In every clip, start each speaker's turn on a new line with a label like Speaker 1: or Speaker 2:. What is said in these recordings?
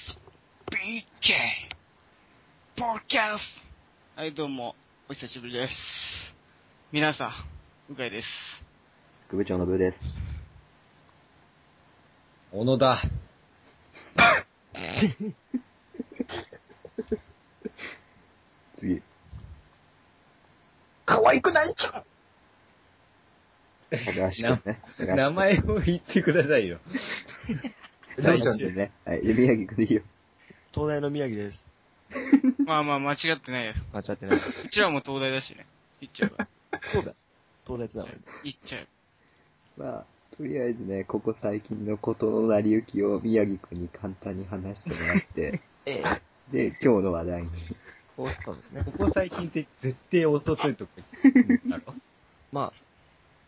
Speaker 1: SBK ポッキャス
Speaker 2: はい、どうも、お久しぶりです。皆さん、うかいです。
Speaker 3: 副部長のブーです。
Speaker 4: 小野だ。
Speaker 3: 次。
Speaker 1: 可愛くないじゃん
Speaker 3: 高橋くんね。高橋くん
Speaker 4: 名。前を言ってくださいよ。
Speaker 3: 最初でね。はい。で、宮城くんでいいよ。
Speaker 5: 東大の宮城です。
Speaker 2: まあまあ、間違ってないよ。
Speaker 5: 間違ってない。
Speaker 2: うちらも東大だしね。行っちゃえば。
Speaker 5: そうだ。東大つながりで。
Speaker 2: 行っちゃえ
Speaker 3: まあ、とりあえずね、ここ最近のことの成り行きを宮城くんに簡単に話してもらって、
Speaker 5: ええ。
Speaker 3: で、今日の話題に。
Speaker 5: こうそうですね
Speaker 4: こ。こ最近って絶対おとといとかだろ
Speaker 5: まあ、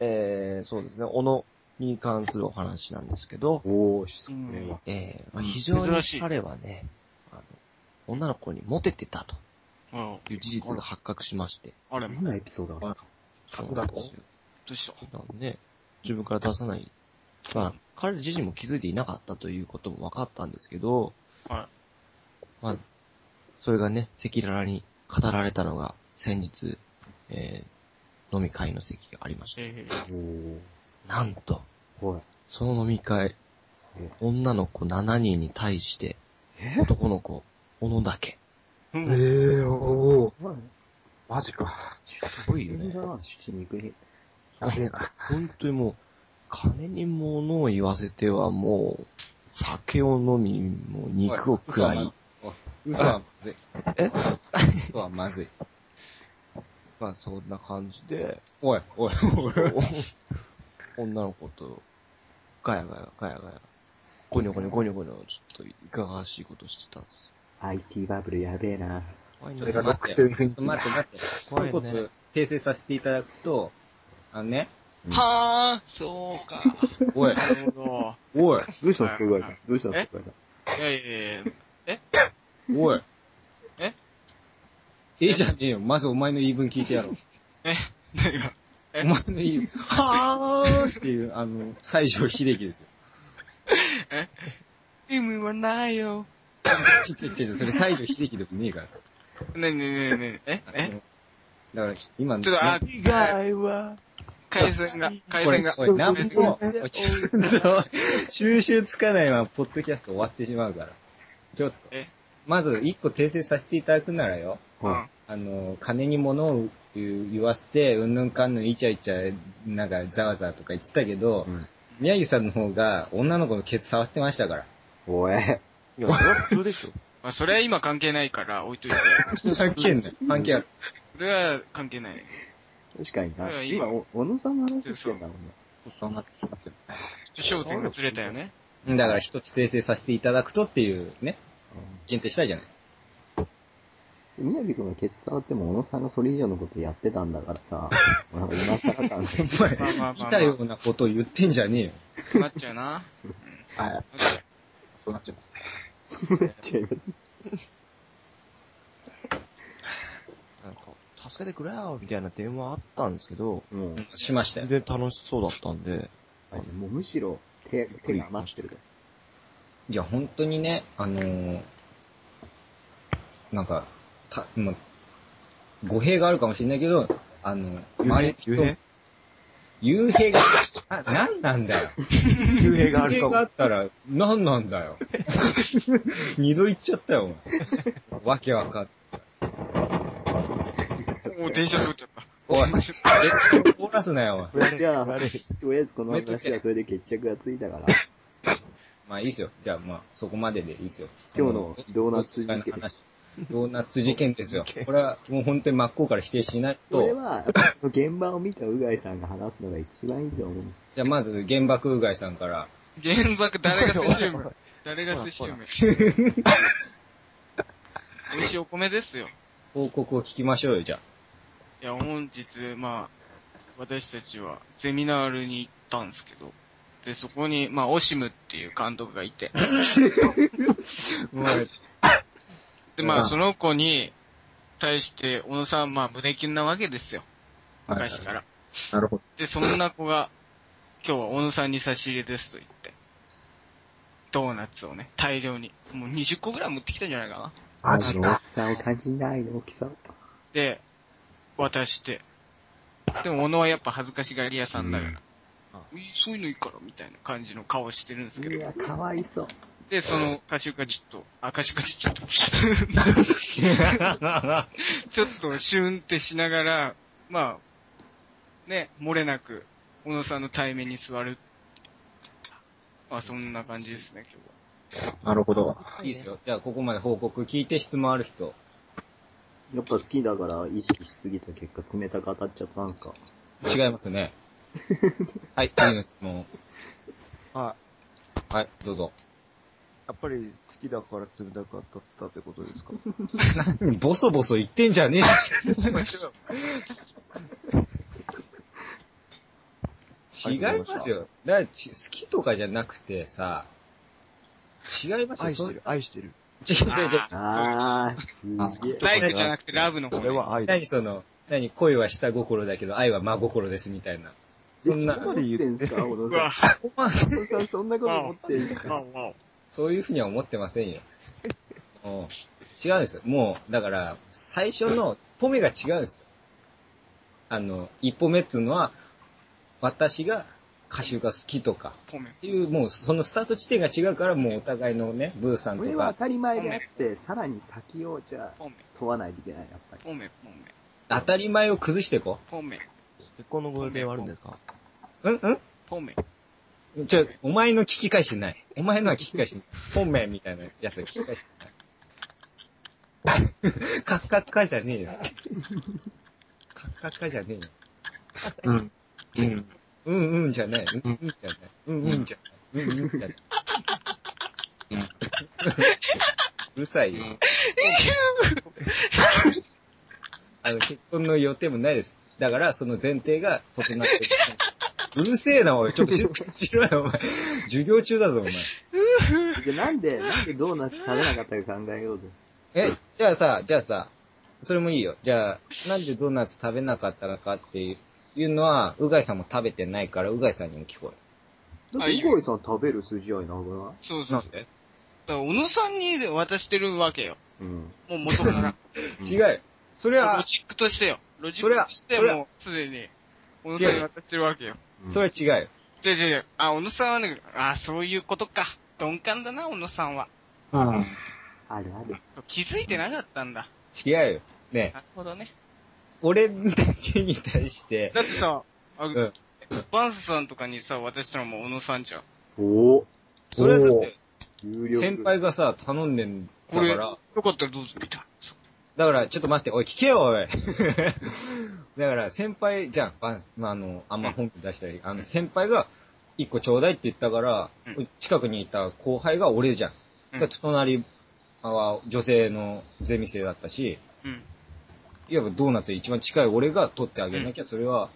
Speaker 5: えー、そうですね。小野に関するお話なんですけど、
Speaker 3: おー、し
Speaker 2: うん
Speaker 3: これは。
Speaker 5: えー、
Speaker 2: う
Speaker 5: まあ、
Speaker 2: ん
Speaker 5: 非常に
Speaker 2: 珍しい
Speaker 5: 彼はね、あの、女の子にモテてたと
Speaker 2: ば。あ
Speaker 5: いう事実が発覚しまして。
Speaker 2: あれ
Speaker 3: ど
Speaker 2: も、
Speaker 3: んなエピソードだった
Speaker 5: そうなんですよ。
Speaker 2: どうした
Speaker 5: なんで、自分から出さない。まあ、彼自身も気づいていなかったということも分かったんですけど、
Speaker 2: は
Speaker 5: まあ、それがね、赤裸々に語られたのが、先日、えー、飲み会の席がありまして、
Speaker 2: えー、
Speaker 3: おー。
Speaker 5: なんと、
Speaker 3: はい。
Speaker 5: その飲み会
Speaker 3: え、
Speaker 5: 女の子7人に対して、
Speaker 3: え
Speaker 5: 男の子、小野だけ。
Speaker 2: うん
Speaker 6: ええー、おお、
Speaker 3: まあ、
Speaker 6: マジか。
Speaker 3: す
Speaker 5: ごいよね
Speaker 3: だな、出に行くに。
Speaker 6: やべえな。
Speaker 5: 本当にもう、金に物を言わせてはもう、酒を飲み、もう肉を食らい、。
Speaker 4: 嘘はまずい。
Speaker 5: え
Speaker 4: 嘘はまずい。
Speaker 5: まあそんな感じ で、
Speaker 4: おい、おい、おい。
Speaker 5: お女の子と、ガヤガヤ、ガヤガヤ、ゴニョゴニョゴニョゴニョ、ちょっといかがわしいことしてたんです。
Speaker 3: IT バブルやべえな。
Speaker 5: 怖いね
Speaker 6: それが
Speaker 4: 待
Speaker 6: ロッ
Speaker 4: って
Speaker 6: クという雰囲気
Speaker 4: 待って待って。
Speaker 5: 怖
Speaker 4: 一
Speaker 5: いね
Speaker 4: 言訂正させていただくと、あのね、
Speaker 2: はぁ、そうか。
Speaker 4: おい、
Speaker 2: なるほ
Speaker 4: おい、
Speaker 3: どうしたんですか、うがいさん。どうしたんですか、うがいさん。
Speaker 2: ど。いやいやいや、
Speaker 4: おい。
Speaker 2: え
Speaker 4: ええじゃねえよ。まずお前の言い分聞いてやろう。
Speaker 2: え、何がえ
Speaker 4: お前の言い分、はーっていう、あの、西城秀樹ですよ。
Speaker 2: 意味はないよ。
Speaker 4: ちちちちそれ西城秀樹でもねえからさ。
Speaker 2: ねえねえねえねえ、ええ
Speaker 4: だから、今の、
Speaker 2: ちょっと、あ、
Speaker 5: 以外は、
Speaker 2: 回線が、回線が。
Speaker 4: これ、これ何も、ちょっと、収集つかないまま、ポッドキャスト終わってしまうから。ちょっと
Speaker 2: え、
Speaker 4: まず、一個訂正させていただくならよ、
Speaker 2: うん
Speaker 3: は
Speaker 4: あの、金に物を言わせて、うんぬんかんぬんイチャイチャ、なんか、ざわざわとか言ってたけど、
Speaker 3: うん
Speaker 4: 宮城さんの方が、女の子のケツ触ってましたから。
Speaker 3: い。おい。
Speaker 5: いや、それは普通でしょ。
Speaker 2: まあ、それは今関係ないから置い といて。
Speaker 4: 関係ない。関係ある。
Speaker 2: それは関係ない。
Speaker 3: 確かに
Speaker 2: い
Speaker 3: な。
Speaker 2: やいい
Speaker 3: 今、お小野さんの話してんだもんね。
Speaker 2: 焦点がずれたよね。
Speaker 4: だから、一つ訂正させていただくとっていう、ね、
Speaker 3: うん
Speaker 4: 限定したいじゃない。
Speaker 3: 宮城くんがケツ触っても、小野さんがそれ以上のことやってたんだから さ、なんか今更感
Speaker 2: まあ
Speaker 4: お前、
Speaker 2: まあまあまあ
Speaker 4: 来たようなことを言ってんじゃねえよ。
Speaker 2: そうなっちゃうな。
Speaker 6: はい。そうなっちゃいます
Speaker 3: そ
Speaker 6: ね。
Speaker 3: うなっちゃいます。
Speaker 5: なんか、助けてくれよ、みたいな電話あったんですけど、
Speaker 3: もう、
Speaker 4: しましたよ
Speaker 5: 全。然楽しそうだったんで、
Speaker 3: あじゃあもうむしろ手、手が余ってると。
Speaker 4: いや、本当にね、あのーなんか、た、ま、語弊があるかもしれないけど、あの、周りの人幽
Speaker 5: 幽閉
Speaker 4: 閉が、あ、なんなんだよ。
Speaker 5: 幽閉があ
Speaker 4: 幽
Speaker 5: るか
Speaker 4: 閉
Speaker 5: も
Speaker 4: があ。ったら、なんなんだよ。 二度言っちゃったよ、お前わけわかん
Speaker 2: おお、電車通っちゃった。
Speaker 4: おい、絶対凍らすなよ、お前。
Speaker 3: じゃあ、とりあえずこの話はそれで決着がついたから、
Speaker 4: まあいいっすよ。じゃあまあ、そこまででいいっすよ。
Speaker 3: 今日のドーナツ事件
Speaker 4: その話ドーナツ事件 ですよ。これはもう本当に真っ向から否定しない
Speaker 3: それ
Speaker 4: と、
Speaker 3: は、現場を見たうがいさんが話すのが一番いいと思うんです。
Speaker 4: じゃあまず原爆うがいさんから、
Speaker 2: 原爆誰が寿司読む誰が寿司読む美味しいお米ですよ。
Speaker 4: 報告を聞きましょうよ、じゃあ。
Speaker 2: いや、本日、まあ、私たちはゼミナールに行ったんですけど、で、そこに、まあ、オシムっていう監督がいて、で、まあ、その子に対して、小野さん、まあ、胸キュンなわけですよ。昔から。
Speaker 6: なるほど。
Speaker 2: で、そんな子が、今日は小野さんに差し入れですと言って。ドーナツをね、大量に。もう20個ぐらい持ってきたんじゃないかな。
Speaker 6: マ
Speaker 3: ま
Speaker 6: ジ
Speaker 3: ず
Speaker 6: か
Speaker 3: 大き。さを感じないの、大きさを。
Speaker 2: で、渡して。でも、小野はやっぱ恥ずかしがり屋さんだから、うんそういうのいいから、みたいな感じの顔してるんですけ
Speaker 3: う
Speaker 2: ど。
Speaker 3: わ、かわいそう。
Speaker 2: で、その、カシュカチッと、あ、カシュカチッ と、ちょっとシュンってしながら、まあ、ね、漏れなく、小野さんの対面に座る。まあ、そんな感じですね、今日は。
Speaker 6: なるほど。
Speaker 4: いいですよ。じゃあ、ここまで報告聞いて質問ある人。
Speaker 3: やっぱ好きだから意識しすぎた結果冷たく当たっちゃったんすか
Speaker 4: 違います ね。はい、次の質問。
Speaker 7: は
Speaker 4: はい、どうぞ。
Speaker 7: い。やっぱり好きだから冷たく当たったってこと ですか
Speaker 4: ボソボソ言ってんじゃねえよ違いますよ。だからち好きとかじゃなくてさ、違いますよ。
Speaker 7: 愛し
Speaker 4: そ
Speaker 7: て
Speaker 4: う違
Speaker 7: る、愛してる。
Speaker 4: う違う違う。
Speaker 3: あー、すげえ。
Speaker 2: ライブじゃなくてラブの方
Speaker 7: これは愛だ。
Speaker 4: 何その、何恋は下心だけど愛は真心ですみたいな。そん
Speaker 3: え
Speaker 4: な
Speaker 3: そ、まで言ってんすか、小野
Speaker 2: うわ、
Speaker 3: さん。小野さん、そんなこと思ってんすか
Speaker 2: わおわお
Speaker 4: そういうふうには思ってません よ。うん違うんですよ。もう、だから、最初の一歩目が違うんですよ。あの、一歩目っていうのは、私が歌手が好きとか、
Speaker 2: ポメン
Speaker 4: っ。ていう、もうそのスタート地点が違うから、もうお互いのね、ブーさん
Speaker 3: そ
Speaker 4: と
Speaker 3: れは
Speaker 4: か
Speaker 3: 当、たり前であって、さらに先を、じゃあ、
Speaker 2: ポメン。
Speaker 3: 問わないといけない、やっぱり。
Speaker 2: ポメン、ポメン。
Speaker 4: 当たり前を崩していこ
Speaker 2: ポメン。
Speaker 5: 結婚のご予定はあるんですか
Speaker 4: う。うん
Speaker 2: ポメン。
Speaker 4: うんちょ、お前の聞き返してない。お前のは聞き 返してない。本命みたいなやつは聞き返してない。 カッカッカじゃねえよ。カッカッカじゃねえよ。
Speaker 6: うん。うん。
Speaker 4: うんうんじゃない。うんうんじゃない。うんうんじゃない。うんうんじゃない。うるさいよ。あの、結婚の予定もないです。だから、その前提が異なってる。うるせえな、おい。ちょっと静かにしろよ、お前。授業中だぞ、お前。
Speaker 3: じゃあなんで、なんでドーナツ食べなかったか考えようぜ。
Speaker 4: え、じゃあさ、じゃあさ、それもいいよ。じゃあ、なんでドーナツ食べなかったのかっていうのは、うがいさんも食べてないから、うがいさんにも聞こ
Speaker 3: だっ
Speaker 2: あ
Speaker 3: て、
Speaker 2: いい
Speaker 3: イ
Speaker 2: よ
Speaker 3: ゴイさん食べる筋合いなくな
Speaker 2: そうそう。
Speaker 4: え。
Speaker 2: だか
Speaker 4: で
Speaker 2: ら、小野さんに渡してるわけよ。
Speaker 3: いうん。
Speaker 2: もう元から。
Speaker 4: 違うよ。 それ
Speaker 2: ロ
Speaker 4: は、
Speaker 2: ジックとしてよ。ロジックとして
Speaker 4: それは
Speaker 2: もうすでに、小野さんに渡してるわけよ。
Speaker 4: それは違うよ。
Speaker 2: 違う違う違う。あ、小野さんはね、あ、そういうことか。鈍感だな、小野さんは。
Speaker 6: うん。
Speaker 3: あるある。
Speaker 2: 気づいてなかったんだ。
Speaker 4: 違うよ。ねえ
Speaker 2: なるほどね。
Speaker 4: 俺だけに対して、
Speaker 2: だってさ、あ、
Speaker 4: ん
Speaker 2: バンスさんとかにさ、渡したのも小野さんじゃん。
Speaker 3: おぉ、
Speaker 4: それはだって、
Speaker 3: 有力。
Speaker 4: 先輩がさ、頼んでんだ
Speaker 2: これ、
Speaker 4: か
Speaker 2: よ
Speaker 4: ら、
Speaker 2: かったらどうぞ、みたいな。
Speaker 4: だから、ちょっと待って、おい、聞けよ、おい。 だから、先輩じゃん、バンス、まあ、あの、あんま本気出したり、あの、先輩が、一個ちょうだいって言ったから、
Speaker 2: うん
Speaker 4: 近くにいた後輩が俺じゃん。
Speaker 2: うん
Speaker 4: だから隣は女性のゼミ生だったし、
Speaker 2: うん。
Speaker 4: いわばドーナツ一番近い俺が取ってあげなきゃ、それは、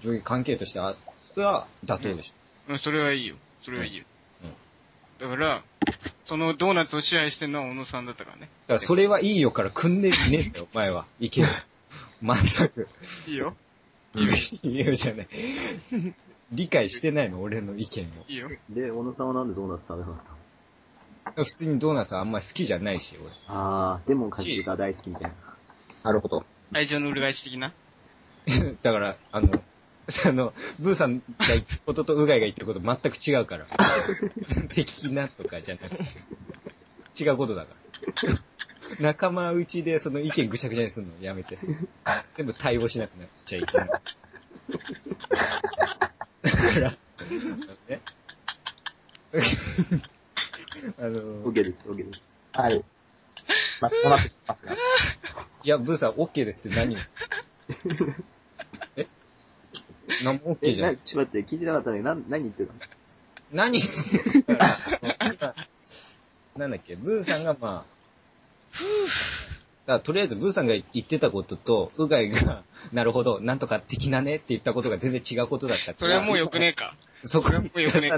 Speaker 4: 上下関係としてあっては妥当でし
Speaker 2: うん、それはいいよ。それはいいよ。
Speaker 4: うん
Speaker 2: だから、そのドーナツを支配してるのは小野さんだったからね
Speaker 4: ょ。。だから、それはいいよから組んでねえ んだよ、お前は。いけよ。まったく。
Speaker 2: いいよ。
Speaker 4: いいよじゃない。理解してないの、俺の意見を。
Speaker 2: いいよ。
Speaker 3: で、小野さんはなんでドーナツ食べなかったの
Speaker 4: 普通にドーナツはあんまり好きじゃないし、俺。
Speaker 3: あー、でもカジキが大好きみたいな。
Speaker 6: なるほど。
Speaker 2: 愛情の裏返し的な。
Speaker 4: だから、あの、あの、ブーさんが言ったこととうがいが言ってること全く違うから。的なとかじゃなくて。違うことだから。仲間内でその意見ぐちゃぐちゃにするのやめて。全部対応しなくなっちゃいけない。だから、ね。 あの、
Speaker 3: OK です、OK です。
Speaker 6: はい。まあ、こうなってきますが。
Speaker 4: いや、ブーさん、OK ですって何をえ何も OK
Speaker 3: え、
Speaker 4: じゃ
Speaker 3: な、
Speaker 4: ん。
Speaker 3: ちょっと待って、聞いてなかったね。な、何言ってるの
Speaker 4: 何なんだっけ、ブーさんがまあ、だからとりあえずブーさんが言ってたことと、うがいが、なるほど、なんとか的なねって言ったことが全然違うことだったから。
Speaker 2: それはもう良くねえか。
Speaker 4: そこ
Speaker 2: それはもうよくね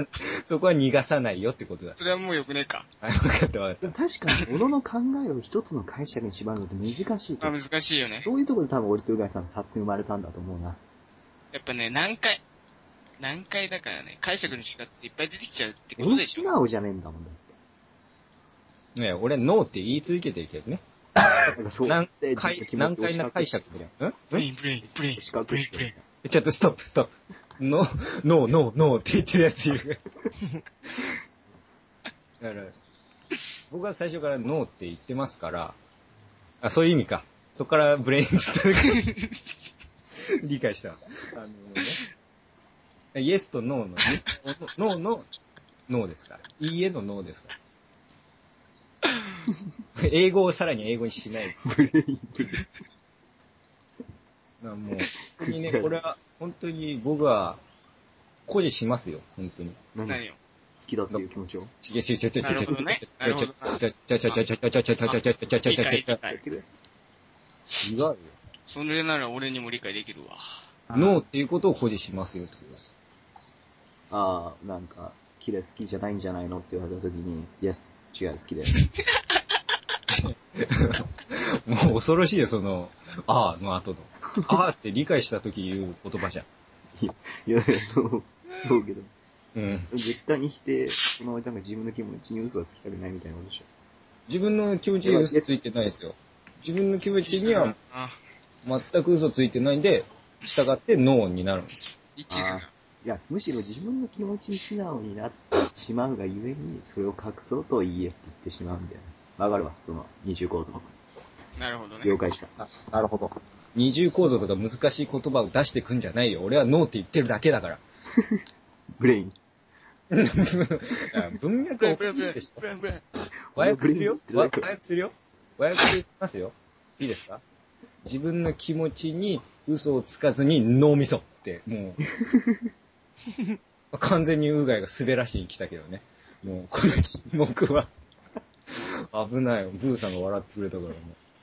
Speaker 4: そこは逃がさないよってことだ。
Speaker 2: それはもう良くねえか。
Speaker 4: はい、分かった分か
Speaker 3: で
Speaker 4: っ
Speaker 3: も確かに、小野の考えを一つの解釈に縛るのって難しいと
Speaker 2: まあ
Speaker 3: 思う。
Speaker 2: 難しいよね。
Speaker 3: そういうところで多分俺とうがいさんの差って生まれたんだと思うな。
Speaker 2: やっぱね、何回、
Speaker 1: 難解だからね、解釈の仕方っていっぱい出てきちゃうってこと
Speaker 3: 俺
Speaker 1: でし
Speaker 3: 素
Speaker 1: ょ。
Speaker 3: 直じゃねえんだもんだって。
Speaker 4: ね俺、ノーって言い続けてるけどね。
Speaker 3: だからそう。
Speaker 4: 何
Speaker 3: で
Speaker 4: 回
Speaker 3: 自、分の
Speaker 4: 何
Speaker 3: 気持
Speaker 4: 回
Speaker 3: ち
Speaker 4: な
Speaker 3: を
Speaker 4: 解釈だよ。ん
Speaker 1: ブレイン、ブレイン、ブレイン、
Speaker 3: 四角
Speaker 1: ブレイン、
Speaker 3: して
Speaker 1: ブ
Speaker 3: る
Speaker 1: レイン。
Speaker 4: ちょっとストップ、ストップ。ノー、ノー、ノー、ノーって言ってるやついる。だから、僕は最初からノーって言ってますから、あ、そういう意味か。そこからブレインズと 理解した。あのね、イエスとノーの、イエスとノーの、ノーですから。いいえのノーですから。英語をさらに英語にしないです。ブレイン、ブレイン。もう、本当にね、これは、本当に僕は、誇示しますよ、本当に。
Speaker 3: 何好
Speaker 1: 何を
Speaker 3: きだっていう気持ちを。
Speaker 4: ちげちげちげちげちげちげちげちげちげちげちげちげちげちげちげ
Speaker 1: 理
Speaker 4: ち
Speaker 1: 解、
Speaker 4: げ
Speaker 1: 理
Speaker 4: ち
Speaker 1: 解。
Speaker 4: 違うよ。
Speaker 1: それなら俺にも理解できるわ。
Speaker 4: ノーっていうことを誇示しますよってことです。
Speaker 3: ああ、なんか、キレ好きじゃないんじゃないのって言われた時に、いや、違う、好きだよ、ね。
Speaker 4: もう恐ろしいよ、その、あーの後の。あーって理解した時言う言葉じゃん。
Speaker 3: いや、いやそう、そうけど、
Speaker 4: うん。
Speaker 3: 絶対に否定、そのなんか自分の気持ちに嘘はつきたくないみたいなことでしょ。
Speaker 4: 自分の気持ちに嘘ついてないですよ。自分の気持ちには
Speaker 1: あ、
Speaker 4: 全く嘘ついてないんで、従ってノーになるんです。
Speaker 1: 一
Speaker 3: あ
Speaker 1: が
Speaker 3: あ。いや、むしろ自分の気持ちに素直になってしまうがゆえに、それを隠そうと言えって言ってしまうんだよね。わかるわ、その二重構造。
Speaker 1: なるほどね。
Speaker 3: 了解した。
Speaker 6: あなるほど。
Speaker 4: 二重構造とか難しい言葉を出してくんじゃないよ。俺はノーって言ってるだけだから。
Speaker 3: ブレイン。
Speaker 4: 文
Speaker 1: ブ
Speaker 4: 脈
Speaker 1: レ
Speaker 4: を
Speaker 1: イン、ブレイン、ブレ
Speaker 4: 崩
Speaker 1: イ
Speaker 4: でしょ
Speaker 1: ン、ブレイン、ブレイン。
Speaker 4: 和訳するよ
Speaker 3: ブレ
Speaker 4: 和
Speaker 3: イン
Speaker 4: 和訳するよ和訳しますよいいですか自分の気持ちに嘘をつかずに脳みそって、もう。 完全にうがいが滑らしに来たけどね。もう、この沈黙は。危ないよ。ブーさんが笑ってくれたからも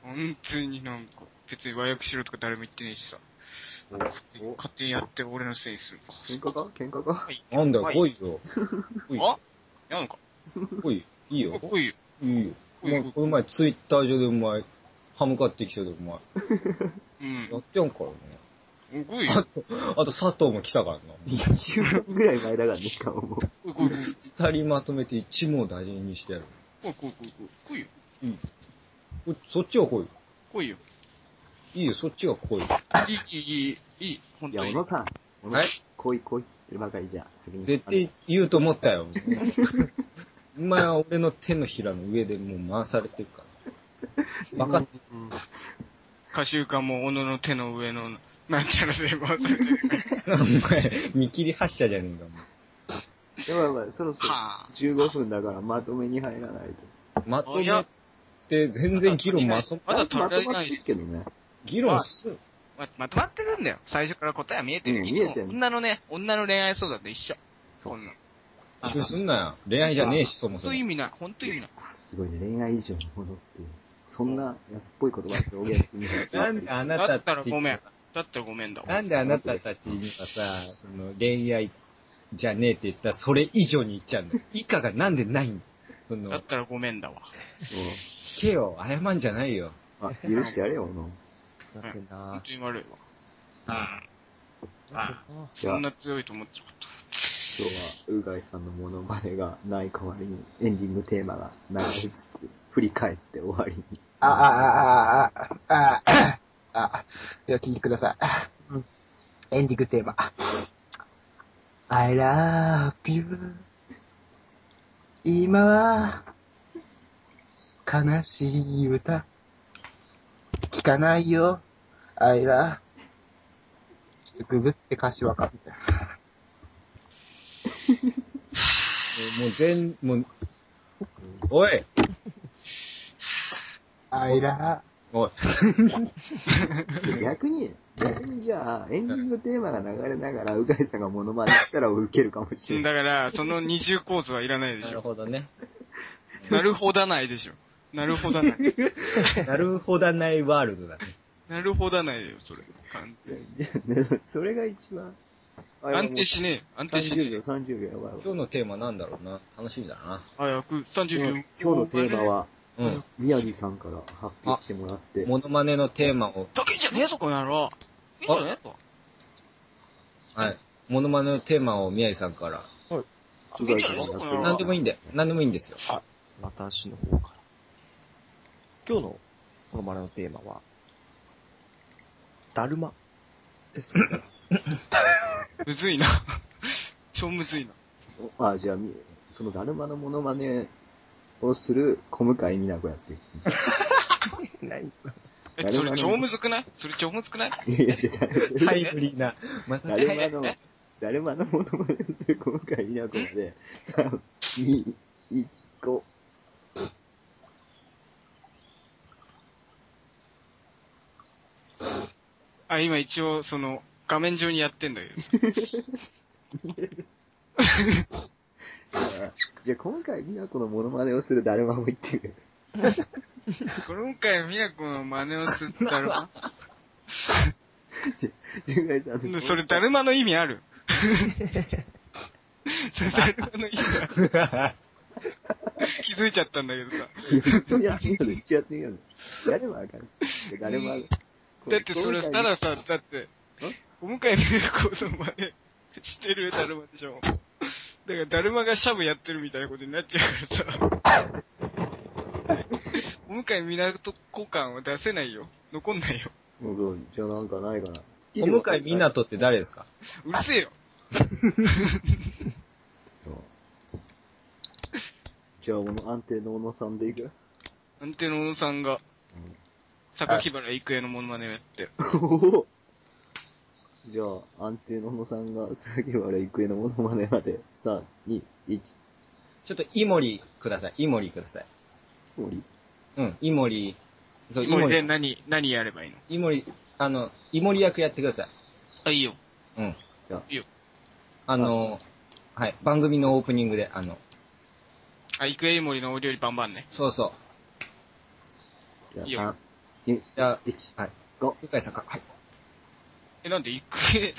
Speaker 2: 本当になんか、別に和訳しろとか誰も言ってねえしさ。勝手にやって俺のせいにするのか。
Speaker 3: 喧嘩か喧嘩か
Speaker 4: う。なんだよ、
Speaker 1: はい
Speaker 4: 来いよ。来いよ。
Speaker 2: やんのか
Speaker 4: 来いよ。いいよ。
Speaker 2: こういう。
Speaker 4: いいよ。お前、この前ツイッター上でお前、歯向かってきたでお前、
Speaker 2: うん。
Speaker 4: やってやんからね。
Speaker 2: こういう。
Speaker 4: あと、あと佐藤も来たからな。
Speaker 3: 一週間ぐらい前だからね、しかももう。
Speaker 2: こういう。
Speaker 4: 二人まとめて一網打尽にしてやる。
Speaker 2: こういう。こういう。こういう。
Speaker 4: こそっちが来いよ。
Speaker 2: こういう。
Speaker 4: いいよ、そっちが来いよ。
Speaker 2: いい、いい、いい。本
Speaker 3: いや、
Speaker 2: 当
Speaker 3: 小
Speaker 2: に。
Speaker 3: 野さん。小野
Speaker 4: はい
Speaker 3: さん。来い来いって言ってるばかりじゃ、先に。
Speaker 4: 絶対言うと思ったよ。お前は俺の手のひらの上でもう回されてるから。バカって
Speaker 2: 歌集歌も、小野の手の上の、なんちゃらで回されてる。
Speaker 4: お前、見切り発車じゃねえか、
Speaker 3: やばいやばい、そろ そろ
Speaker 1: はあ。
Speaker 3: 15分だからまとめに入らないと。
Speaker 4: お前。まと
Speaker 2: い
Speaker 4: め
Speaker 2: や
Speaker 4: て、全然議論まと、
Speaker 2: まだ
Speaker 3: まとま
Speaker 2: 足り
Speaker 3: ま
Speaker 2: な
Speaker 3: って
Speaker 2: い
Speaker 3: る。けどね。
Speaker 4: 議論すん。
Speaker 2: ま、まとまってるんだよ。最初から答えは見えてる。
Speaker 3: うん
Speaker 2: いつも
Speaker 3: 見えてる
Speaker 2: 女のね、女の恋愛相談と一緒。こんな。
Speaker 4: 一緒にすんなよ。恋愛じゃねえし、そもそ
Speaker 2: そう
Speaker 4: も
Speaker 2: いう意。味ない。本当意味ない。
Speaker 3: あ、すごいね。恋愛以上のものっていう。そんな安っぽい言葉って表現するんだ
Speaker 4: なんであな
Speaker 2: だ
Speaker 4: た
Speaker 2: った
Speaker 4: た
Speaker 2: ら
Speaker 4: ち
Speaker 2: ごめん。だったらごめんだわ。
Speaker 4: なんであなたたちにはさ、その恋愛じゃねえって言ったらそれ以上に言っちゃうんだよ。以下がなんでないんだよそ
Speaker 2: だ
Speaker 4: の
Speaker 2: っ、たらごめんだわ。
Speaker 4: 聞けよ、謝んじゃないよ。
Speaker 3: あ、許してやれよ、小野。
Speaker 7: 使ってん
Speaker 2: 本
Speaker 7: な
Speaker 2: 当に悪いわ。
Speaker 3: じゃ
Speaker 2: そ
Speaker 3: あ
Speaker 2: ん、な強いと思ってなかった。
Speaker 3: 今日は、うがいさんのモノマネがない代わりに、エンディングテーマが流れつつ、振り返って終わりに。
Speaker 6: あ、あ、あ、あ、あ、あ、あ、では聞いてください。うんエンディングテーマ。I love you. 今は、悲しい歌。聞かないよ。I love. ちょっとググって歌詞わかって。
Speaker 4: もう全、もう、おい
Speaker 6: I love.
Speaker 4: おい
Speaker 3: 逆に、逆にじゃあ、エンディングテーマが流れながら、うがいさんがモノマネしたら受けるかもし れない。
Speaker 2: だから、その二重構図はいらないで
Speaker 4: な
Speaker 2: し
Speaker 4: る
Speaker 2: ょ。
Speaker 4: ほどね。
Speaker 2: なるほどないでしょ。なるほどない。
Speaker 4: なるほどないワールドだね。
Speaker 2: なるほどないだよ、それ。完全に
Speaker 3: それが一番。あ
Speaker 2: 安定しねえ。安定しね
Speaker 3: 30秒、30秒、やばいやばい。
Speaker 4: 今日のテーマなんだろうな。楽しみだな。
Speaker 2: え。早く、30秒。
Speaker 3: 今日のテーマ。は、
Speaker 4: うん。
Speaker 3: 宮城さんから発表してもらって、
Speaker 4: モノマネのテーマを、
Speaker 2: だけじゃねえぞ、この野郎。いいんじゃねえぞ。
Speaker 4: はい。モノマネのテーマを宮治さんから。
Speaker 1: あいいんじゃない
Speaker 3: あ
Speaker 1: こ
Speaker 3: うん
Speaker 4: 何
Speaker 1: の
Speaker 4: でもいいんで、何でもいいんですよ。
Speaker 7: 私の方から。今日のこのマネのテーマは、だるまです。
Speaker 2: むずいな。 超むずいな。
Speaker 3: まあ、じゃあ、みそのだるまのモノマネをする小向井美奈子やって。
Speaker 7: 何それ
Speaker 2: え、
Speaker 3: 誰
Speaker 2: そ
Speaker 3: も
Speaker 2: れ
Speaker 3: 何も
Speaker 2: 超むずくないそれ超むずくない
Speaker 3: いやいや、じゃあ
Speaker 4: タイムリーな。また
Speaker 3: だるまの、だるまのモノマネをする小向井美奈子まで、3、2、1、5。
Speaker 2: あ、今一応、その、画面上にやってんだけど。
Speaker 3: じゃあ、小向井美奈子のモノマネをするだるまも言ってる。
Speaker 2: 今回、みやこの真似をするだるま。
Speaker 3: 純愛さんの
Speaker 2: それ、だるまの意味ある それ、だるまの意味ある。気づいちゃったんだけどさ。
Speaker 3: いや、一応やってみようぜ、一応やってみようぜ。誰もあかんです。誰もあかん。
Speaker 2: だってそれ、たださ、だって、お向かいみやこの真似してるだるまでしょ。だから、だるまがシャブやってるみたいなことになっちゃうからさ。お向かい港交換は出せないよ。残んないよ。
Speaker 3: もうそう、じゃあなんかないかな。
Speaker 4: 小向井みなとって誰ですか
Speaker 2: うるせえよ。
Speaker 3: じゃあ、この安定の小野さんでいく
Speaker 2: 安定の小野さんが、榊原郁恵のモノマネをやってる。
Speaker 3: おおじゃあ、安定の小野さんが、榊原郁恵のモノマネまで、3、2、1、
Speaker 4: ちょっとイモリください。イモリください。
Speaker 3: 森
Speaker 4: うん、イモリ。そう、イ
Speaker 2: 今
Speaker 4: モ
Speaker 2: で
Speaker 4: リ。
Speaker 2: 何、何やればいいの
Speaker 4: イモリ、あの、イモリ役やってください。
Speaker 2: あ、いいよ。
Speaker 4: うん。
Speaker 3: いや
Speaker 2: いいよ。
Speaker 4: あの、はい、番組のオープニングで、あの、
Speaker 2: あ、イクエイモリのお料理バンバンね。
Speaker 4: そうそう。
Speaker 2: いい
Speaker 3: じゃあ、3
Speaker 2: よ、
Speaker 3: 2、
Speaker 4: じゃ
Speaker 3: 1、
Speaker 4: あ、はい。
Speaker 3: 5。
Speaker 4: 向井さんか、はい。
Speaker 2: え、なんでイクエ、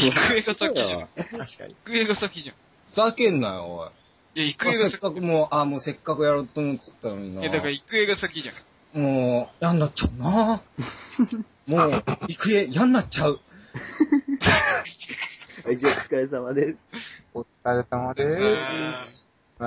Speaker 2: イクエが先じゃん。イ
Speaker 7: 確かに。
Speaker 2: クエが先じゃん。
Speaker 4: ふざけんなよ、おい。
Speaker 2: いや、イク
Speaker 4: あ
Speaker 2: エ
Speaker 4: せ
Speaker 2: が
Speaker 4: っ
Speaker 2: 先。
Speaker 4: かくもう、あ、もうせっかくやろうと思ってたのにな。
Speaker 2: いや、だからイクエが先じゃん。
Speaker 4: もう、嫌になっちゃう なもう、行方嫌になっちゃう。
Speaker 3: はい、じゃあ、お疲れ様です。
Speaker 6: お疲れ様で
Speaker 2: え
Speaker 6: す。
Speaker 2: ー